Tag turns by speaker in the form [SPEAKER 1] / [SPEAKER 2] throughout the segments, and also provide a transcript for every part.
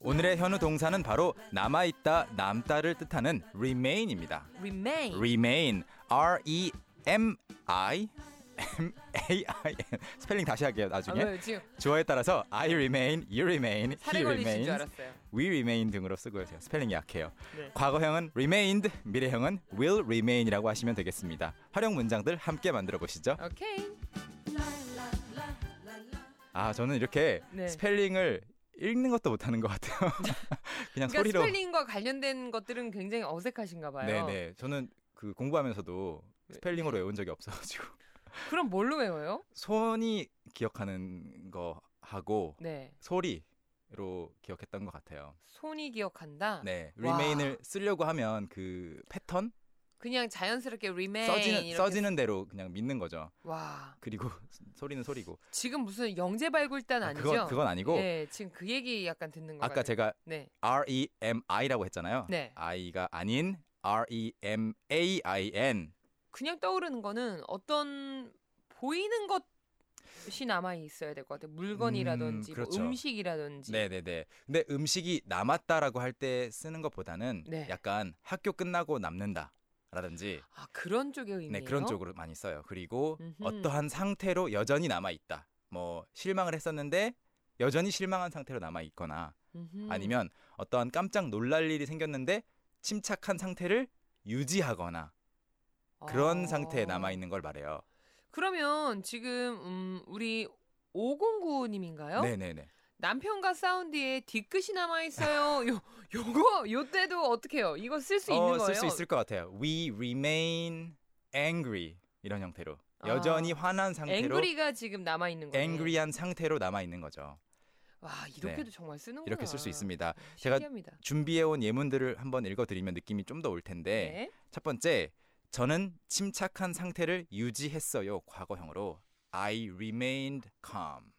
[SPEAKER 1] 오늘의 현우 동사는 바로 남아 있다, 남다를 뜻하는 remain입니다.
[SPEAKER 2] remain.
[SPEAKER 1] remain, R E M I M A I N 스펠링 다시 할게요
[SPEAKER 2] 아,
[SPEAKER 1] 나중에
[SPEAKER 2] 왜요? 지금
[SPEAKER 1] 주어에 따라서 I remain, you remain, he
[SPEAKER 2] 살해 걸리신 줄
[SPEAKER 1] remains,
[SPEAKER 2] 알았어요.
[SPEAKER 1] we remain 등으로 쓰고요. 제가 스펠링이 약해요.
[SPEAKER 2] 네.
[SPEAKER 1] 과거형은 remained, 미래형은 will remain이라고 하시면 되겠습니다. 활용 문장들 함께 만들어 보시죠.
[SPEAKER 2] 오케이.
[SPEAKER 1] 아 저는 이렇게
[SPEAKER 2] 네.
[SPEAKER 1] 스펠링을 읽는 것도 못하는 것 같아요. 그냥
[SPEAKER 2] 그러니까
[SPEAKER 1] 소리로.
[SPEAKER 2] 스펠링과 관련된 것들은 굉장히 어색하신가 봐요. 네.
[SPEAKER 1] 네네. 저는 그 공부하면서도 스펠링으로 외운 적이 없어가지고
[SPEAKER 2] 그럼 뭘로 외워요?
[SPEAKER 1] 손이 기억하는 거 하고
[SPEAKER 2] 네.
[SPEAKER 1] 소리로 기억했던 것 같아요.
[SPEAKER 2] 손이 기억한다.
[SPEAKER 1] 네.
[SPEAKER 2] 아, 와.
[SPEAKER 1] remain을 쓰려고 하면 그 패턴
[SPEAKER 2] 그냥 자연스럽게 remain
[SPEAKER 1] 써지는
[SPEAKER 2] 네, 이렇게
[SPEAKER 1] 써지는 대로 그냥 믿는 거죠.
[SPEAKER 2] 와.
[SPEAKER 1] 그리고 소리는 소리고.
[SPEAKER 2] 지금 무슨 영재 발굴단 아니죠?
[SPEAKER 1] 그건 그건 아니고
[SPEAKER 2] 네, 지금 그 얘기 약간 듣는 거
[SPEAKER 1] 아까
[SPEAKER 2] 같아요.
[SPEAKER 1] 제가
[SPEAKER 2] 네.
[SPEAKER 1] R E M I라고 했잖아요.
[SPEAKER 2] 네.
[SPEAKER 1] I가 아닌 R E M A I N.
[SPEAKER 2] 그냥 떠오르는 거는 어떤 보이는 것이 남아 있어야 될 것 같아요.
[SPEAKER 1] 음,
[SPEAKER 2] 물건이라든지 음,
[SPEAKER 1] 그렇죠.
[SPEAKER 2] 식이라든지
[SPEAKER 1] 네, 네, 네. 근데 음식이 남았다라고 할 때 쓰는 것보다는
[SPEAKER 2] 네.
[SPEAKER 1] 약간 학교 끝나고 남는다라든지
[SPEAKER 2] 아, 그런 쪽의 의미예요.
[SPEAKER 1] 네, 그런 쪽으로 많이 써요. 그리고
[SPEAKER 2] 음흠.
[SPEAKER 1] 어떠한 상태로 여전히 남아 있다. 뭐 실망을 했었는데 여전히 실망한 상태로 남아 있거나
[SPEAKER 2] 음흠.
[SPEAKER 1] 아니면 어떠한 깜짝 놀랄 일이 생겼는데 침착한 상태를 유지하거나 그런
[SPEAKER 2] 아.
[SPEAKER 1] 상태에 남아 있는 걸 말해요.
[SPEAKER 2] 그러면 지금 음, 우리 509 님인가요?
[SPEAKER 1] 네, 네, 네.
[SPEAKER 2] 남편과 싸운 뒤에 뒤끝이 남아 있어요. 요 요거 요때도 어떻게 해요? 이거 쓸 수 있는 거예요?
[SPEAKER 1] 쓸 수 있을 것 같아요. We remain angry 이런 형태로
[SPEAKER 2] 아.
[SPEAKER 1] 여전히 화난 상태로
[SPEAKER 2] 앵그리가 지금 남아 있는 거예요.
[SPEAKER 1] 한 상태로 남아 있는 거죠.
[SPEAKER 2] 와, 이렇게도 정말 쓰는구나.
[SPEAKER 1] 네. 이렇게 쓸 수 있습니다. 제가
[SPEAKER 2] 신기합니다.
[SPEAKER 1] 준비해 온 예문들을 한번 읽어드리면 느낌이 좀 더 올 텐데
[SPEAKER 2] 네.
[SPEAKER 1] 첫 번째 저는 침착한 상태를 유지했어요 과거형으로 I remained calm.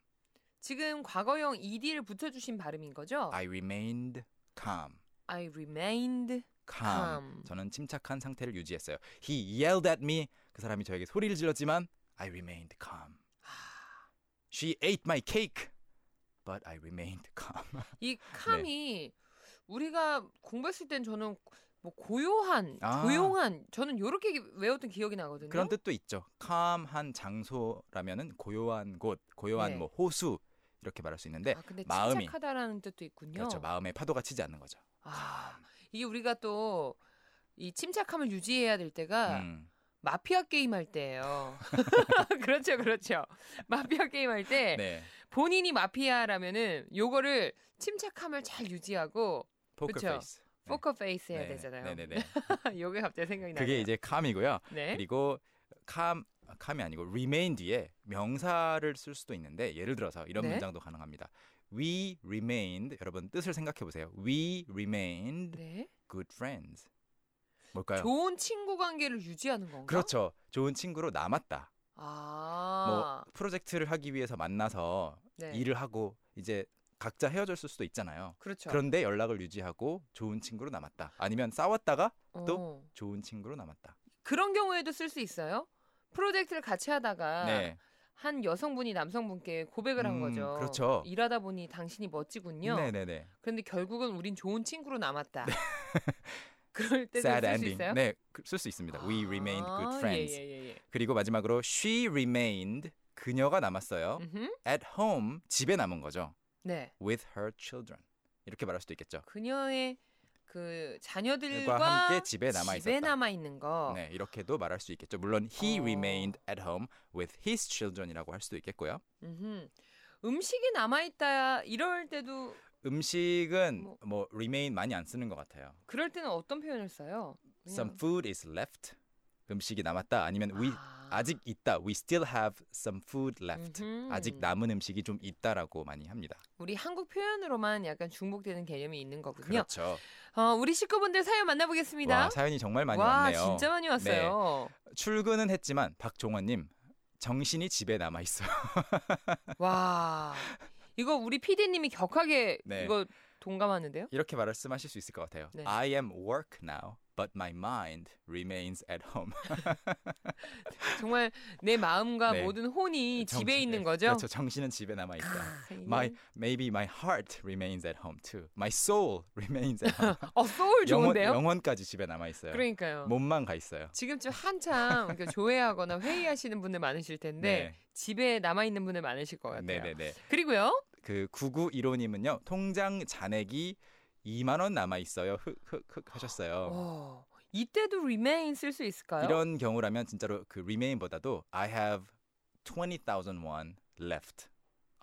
[SPEAKER 2] 지금 과거형 ed를 붙여 주신 발음인 거죠?
[SPEAKER 1] I remained calm.
[SPEAKER 2] I remained
[SPEAKER 1] calm.
[SPEAKER 2] calm.
[SPEAKER 1] 저는 침착한 상태를 유지했어요. He yelled at me. 그 사람이 저에게 소리를 질렀지만 I remained calm.
[SPEAKER 2] 아.
[SPEAKER 1] She ate my cake, but I remained calm.
[SPEAKER 2] 이
[SPEAKER 1] 네.
[SPEAKER 2] 캄이 우리가 공부했을 땐 저는 뭐 고요한,
[SPEAKER 1] 아.
[SPEAKER 2] 조용한 저는 요렇게 외웠던 기억이 나거든요.
[SPEAKER 1] 그런 뜻도 있죠. calm한 장소라면은 고요한 곳, 고요한
[SPEAKER 2] 네.
[SPEAKER 1] 뭐 호수 이렇게 말할 수 있는데
[SPEAKER 2] 아, 근데
[SPEAKER 1] 네. 마음이.
[SPEAKER 2] 침착하다라는 뜻도 있군요.
[SPEAKER 1] 그렇죠. 마음에 파도가 치지 않는 거죠.
[SPEAKER 2] 아, 이게 우리가 또 이 침착함을 유지해야 될 때가
[SPEAKER 1] 음.
[SPEAKER 2] 마피아 게임 할 때예요. 그렇죠, 그렇죠. 마피아 게임 할 때
[SPEAKER 1] 네.
[SPEAKER 2] 본인이 마피아라면은 요거를 침착함을 잘 유지하고
[SPEAKER 1] 포크
[SPEAKER 2] 그쵸.
[SPEAKER 1] 페이스.
[SPEAKER 2] 포커 페이스 해야
[SPEAKER 1] 네.
[SPEAKER 2] 되잖아요.
[SPEAKER 1] 네, 네, 네.
[SPEAKER 2] 요게 갑자기 생각이 나네요.
[SPEAKER 1] 그게 이제 calm이고요.
[SPEAKER 2] 네.
[SPEAKER 1] 그리고 calm calm이 아니고 remain 뒤에 명사를 쓸 수도 있는데 예를 들어서 이런
[SPEAKER 2] 네.
[SPEAKER 1] 문장도 가능합니다. We remained 여러분 뜻을 생각해 보세요. We remained
[SPEAKER 2] 네.
[SPEAKER 1] good friends. 뭘까요?
[SPEAKER 2] 좋은 친구 관계를 유지하는 건가?
[SPEAKER 1] 그렇죠. 좋은 친구로 남았다.
[SPEAKER 2] 아.
[SPEAKER 1] 뭐 프로젝트를 하기 위해서 만나서
[SPEAKER 2] 네.
[SPEAKER 1] 일을 하고 이제 각자 헤어졌을 수도 있잖아요.
[SPEAKER 2] 그렇죠.
[SPEAKER 1] 그런데 연락을 유지하고 좋은 친구로 남았다. 아니면 싸웠다가 또
[SPEAKER 2] 어.
[SPEAKER 1] 좋은 친구로 남았다.
[SPEAKER 2] 그런 경우에도 쓸 수 있어요? 프로젝트를 같이 하다가
[SPEAKER 1] 네.
[SPEAKER 2] 한 여성분이 남성분께 고백을 한
[SPEAKER 1] 음,
[SPEAKER 2] 거죠.
[SPEAKER 1] 그렇죠.
[SPEAKER 2] 일하다 보니 당신이 멋지군요.
[SPEAKER 1] 네, 네, 네.
[SPEAKER 2] 그런데 결국은 우린 좋은 친구로 남았다. 그럴 때도
[SPEAKER 1] sad
[SPEAKER 2] 쓸 수
[SPEAKER 1] ending.
[SPEAKER 2] 있어요?
[SPEAKER 1] 네, 쓸 수 있습니다. We remained good
[SPEAKER 2] 아,
[SPEAKER 1] friends.
[SPEAKER 2] 예, 예, 예, 예.
[SPEAKER 1] 그리고 마지막으로 she remained 그녀가 남았어요.
[SPEAKER 2] 음흠.
[SPEAKER 1] at home 집에 남은 거죠.
[SPEAKER 2] 네.
[SPEAKER 1] with her children. 이렇게 말할 수도 있겠죠.
[SPEAKER 2] 그녀의 그 자녀들과
[SPEAKER 1] 들과 함께 집에 남아
[SPEAKER 2] 집에
[SPEAKER 1] 있었다.
[SPEAKER 2] 남아 있는 거.
[SPEAKER 1] 네, 이렇게도 말할 수 있겠죠. 물론 he
[SPEAKER 2] 어.
[SPEAKER 1] remained at home with his children이라고 할 수도 있겠고요.
[SPEAKER 2] 음흠. 음식이 남아 있다 이럴 때도
[SPEAKER 1] 음식은 뭐,
[SPEAKER 2] 뭐.
[SPEAKER 1] remain 많이 안 쓰는 것 같아요.
[SPEAKER 2] 그럴 때는 어떤 표현을 써요? 그냥-
[SPEAKER 1] Some food is left. 음식이 남았다. 아니면 we
[SPEAKER 2] 아.
[SPEAKER 1] 아직 있다. We still have some food left.
[SPEAKER 2] 음흠.
[SPEAKER 1] 아직 남은 음식이 좀 있다라고 많이 합니다.
[SPEAKER 2] 우리 한국 표현으로만 약간 중복되는 개념이 있는 거군요.
[SPEAKER 1] 그렇죠.
[SPEAKER 2] 어, 우리 식구분들 사연 만나보겠습니다.
[SPEAKER 1] 와, 사연이 정말 많이
[SPEAKER 2] 와,
[SPEAKER 1] 왔네요.
[SPEAKER 2] 진짜 많이 왔어요.
[SPEAKER 1] 출근은 했지만 박종원님 정신이 집에 남아 있어요.
[SPEAKER 2] 와 이거 우리 PD님이 격하게
[SPEAKER 1] 네.
[SPEAKER 2] 이거 동감하는데요?
[SPEAKER 1] 이렇게 말씀하실 수 있을 것 같아요.
[SPEAKER 2] 네.
[SPEAKER 1] I am work now. but my mind remains at home.
[SPEAKER 2] 정말 내 마음과
[SPEAKER 1] 네.
[SPEAKER 2] 모든 혼이 집에
[SPEAKER 1] 정신-
[SPEAKER 2] 있는 거죠.
[SPEAKER 1] 그렇죠. 정신은 집에 남아 있다.
[SPEAKER 2] 아, 이게-
[SPEAKER 1] My maybe my heart remains at home too. My soul remains at home.
[SPEAKER 2] 어 소울
[SPEAKER 1] 영혼
[SPEAKER 2] 좋은데요?
[SPEAKER 1] 영혼까지 집에 남아 있어요.
[SPEAKER 2] 그러니까요.
[SPEAKER 1] 몸만 가 있어요.
[SPEAKER 2] 지금쯤 한참 이렇게 조회하거나 회의하시는 분들 많으실 텐데 집에 남아 있는 분들 많으실 것 같아요.
[SPEAKER 1] 네, 네, 네.
[SPEAKER 2] 그리고요.
[SPEAKER 1] 그 9915님은요 통장 잔액이 2만 원 남아 있어요. 흑흑흑 하셨어요.
[SPEAKER 2] 어, 이때도 remain 쓸 수 있을까요?
[SPEAKER 1] 이런 경우라면 진짜로 그 remain보다도 I have 20,000 won left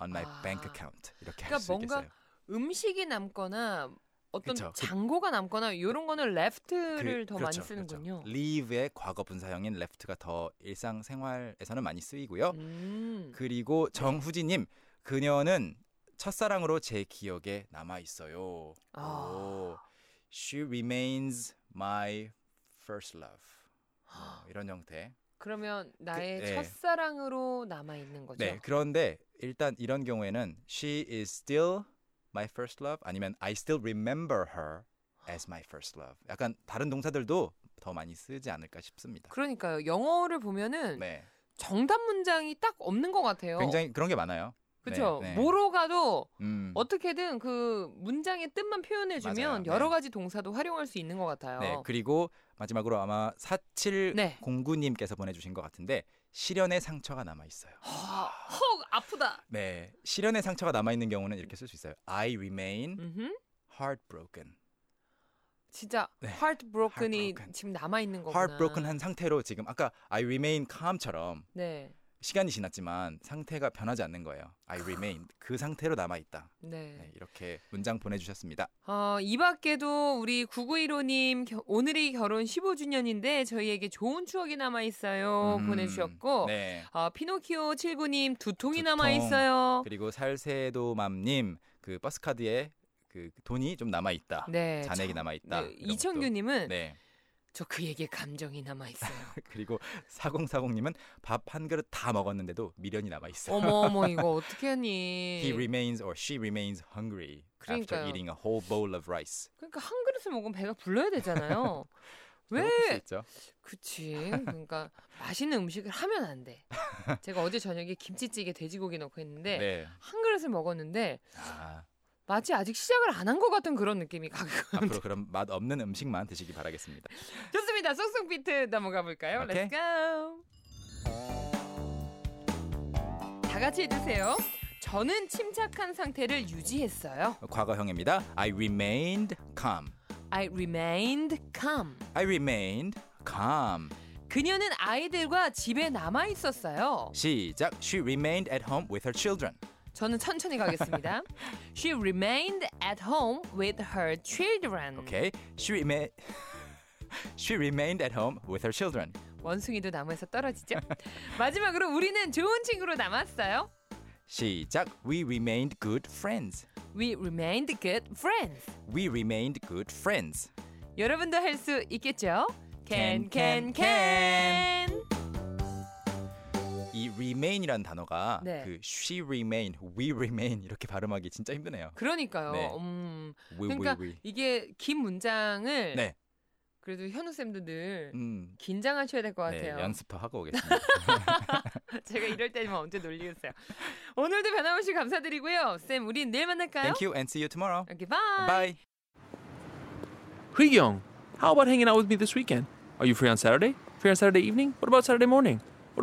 [SPEAKER 1] on my
[SPEAKER 2] 아.
[SPEAKER 1] bank account 이렇게
[SPEAKER 2] 그러니까
[SPEAKER 1] 할 수
[SPEAKER 2] 뭔가
[SPEAKER 1] 있겠어요.
[SPEAKER 2] 음식이 남거나 어떤
[SPEAKER 1] 그쵸. 그-
[SPEAKER 2] 잔고가 남거나 이런 거는 left를 더 많이
[SPEAKER 1] 그렇죠,
[SPEAKER 2] 쓰는군요.
[SPEAKER 1] 그렇죠. leave의 과거 분사형인 left가 더 일상생활에서는 많이 쓰이고요.
[SPEAKER 2] 음.
[SPEAKER 1] 그리고 정후지님 그녀는 첫사랑으로 제 기억에 남아 있어요.
[SPEAKER 2] 아.
[SPEAKER 1] 오, she remains my first love. 뭐 이런 형태.
[SPEAKER 2] 그러면 나의
[SPEAKER 1] 그- 네.
[SPEAKER 2] 첫사랑으로 남아 있는 거죠.
[SPEAKER 1] 네, 그런데 일단 이런 경우에는 she is still my first love 아니면 I still remember her as my first love. 약간 다른 동사들도 더 많이 쓰지 않을까 싶습니다.
[SPEAKER 2] 그러니까요. 영어를 보면은
[SPEAKER 1] 네,
[SPEAKER 2] 정답 문장이 딱 없는 것 같아요.
[SPEAKER 1] 굉장히 그런 게 많아요.
[SPEAKER 2] 어. 그렇죠.
[SPEAKER 1] 네, 네.
[SPEAKER 2] 뭐로 가도
[SPEAKER 1] 음,
[SPEAKER 2] 어떻게든 그 문장의 뜻만
[SPEAKER 1] 맞아요.
[SPEAKER 2] 표현해주면
[SPEAKER 1] 네.
[SPEAKER 2] 여러 가지 동사도 활용할 수 있는 것 같아요.
[SPEAKER 1] 네, 그리고 마지막으로 아마 4709
[SPEAKER 2] 네.
[SPEAKER 1] 님께서 보내주신 것 같은데 시련의 상처가 남아 있어요.
[SPEAKER 2] 허, 헉 아프다.
[SPEAKER 1] 네, 시련의 상처가 남아 있는 경우는 이렇게 쓸 수 있어요. I remain
[SPEAKER 2] 음흠.
[SPEAKER 1] heartbroken.
[SPEAKER 2] 진짜
[SPEAKER 1] 네.
[SPEAKER 2] heartbroken이
[SPEAKER 1] heartbroken.
[SPEAKER 2] 지금 남아 있는 거구나.
[SPEAKER 1] heartbroken한 상태로 지금 아까 I remain calm처럼
[SPEAKER 2] 네,
[SPEAKER 1] 시간이 지났지만 상태가 변하지 않는 거예요. I remain 그 상태로 남아 있다.
[SPEAKER 2] 네.
[SPEAKER 1] 네, 이렇게 문장 보내주셨습니다.
[SPEAKER 2] 어, 이 밖에도 우리 9915님 겨- 오늘이 결혼 15주년인데 저희에게 좋은 추억이 남아 있어요
[SPEAKER 1] 음,
[SPEAKER 2] 보내주셨고
[SPEAKER 1] 네.
[SPEAKER 2] 어, 피노키오 79님 두 통이
[SPEAKER 1] 두
[SPEAKER 2] 남아
[SPEAKER 1] 통.
[SPEAKER 2] 있어요.
[SPEAKER 1] 그리고 살세도맘님 그 버스 카드에 그 돈이 좀 남아 있다.
[SPEAKER 2] 네,
[SPEAKER 1] 그 잔액이
[SPEAKER 2] 참,
[SPEAKER 1] 남아 있다.
[SPEAKER 2] 네, 이청규님은
[SPEAKER 1] 네.
[SPEAKER 2] 저 그에게 감정이 남아 있어요.
[SPEAKER 1] 그리고 4040님은 밥 한 그릇 다 먹었는데도 미련이 남아 있어요.
[SPEAKER 2] 어머 어머 이거 어떻게 하니?
[SPEAKER 1] He remains or she remains hungry after
[SPEAKER 2] 그러니까요.
[SPEAKER 1] eating a whole bowl of rice.
[SPEAKER 2] 그러니까 한 그릇을 먹으면 배가 불러야 되잖아요. 왜?
[SPEAKER 1] 배고플 수 있죠?
[SPEAKER 2] 그치. 그러니까 맛있는 음식을 하면 안 돼. 제가 어제 저녁에 김치찌개 돼지고기 넣고 했는데
[SPEAKER 1] 네.
[SPEAKER 2] 한 그릇을 먹었는데
[SPEAKER 1] 아,
[SPEAKER 2] 마치 아직 시작을 안 한 것 같은 그런 느낌이 가끔.
[SPEAKER 1] 앞으로 그럼 맛 없는 음식만 드시기 바라겠습니다.
[SPEAKER 2] 좋습니다. 쏙쏙 비트 넘어가 볼까요?
[SPEAKER 1] 오케이.
[SPEAKER 2] Let's go. 다 같이 해주세요. 저는 침착한 상태를 유지했어요.
[SPEAKER 1] 과거형입니다. I remained calm.
[SPEAKER 2] I remained calm.
[SPEAKER 1] I remained calm.
[SPEAKER 2] 그녀는 아이들과 집에 남아 있었어요.
[SPEAKER 1] 시작. She remained at home with her children.
[SPEAKER 2] 저는 천천히 가겠습니다. She remained at home with her children.
[SPEAKER 1] Okay. She remained. She remained at home with her children.
[SPEAKER 2] 원숭이도 나무에서 떨어지죠. 마지막으로 우리는 좋은 친구로 남았어요.
[SPEAKER 1] 시작. We remained good friends.
[SPEAKER 2] We remained good friends.
[SPEAKER 1] We remained good friends.
[SPEAKER 2] 여러분도 할 수 있겠죠?
[SPEAKER 1] Can,
[SPEAKER 2] Can
[SPEAKER 1] can,
[SPEAKER 2] can can.
[SPEAKER 1] 이 remain이라는 단어가
[SPEAKER 2] 네.
[SPEAKER 1] 그 she remain, we remain 이렇게 발음하기 진짜 힘드네요.
[SPEAKER 2] 그러니까요.
[SPEAKER 1] 네.
[SPEAKER 2] 음,
[SPEAKER 1] We,
[SPEAKER 2] 그러니까
[SPEAKER 1] we, we.
[SPEAKER 2] 이게 긴 문장을
[SPEAKER 1] 네.
[SPEAKER 2] 그래도 현우 쌤도 늘
[SPEAKER 1] 음,
[SPEAKER 2] 긴장하셔야 될 것
[SPEAKER 1] 네,
[SPEAKER 2] 같아요.
[SPEAKER 1] 연습하고 오겠습니다.
[SPEAKER 2] 제가 이럴 때면 언제 놀리겠어요. 오늘도 변함없이 감사드리고요. 쌤, 우린 내일 만날까요?
[SPEAKER 1] Thank you and see you tomorrow.
[SPEAKER 2] Okay, bye.
[SPEAKER 1] Bye.
[SPEAKER 3] Young, how about hanging out with me this weekend? Are you free on Saturday? Free on Saturday evening? What about Saturday morning? What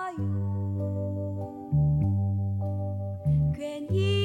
[SPEAKER 4] 괜히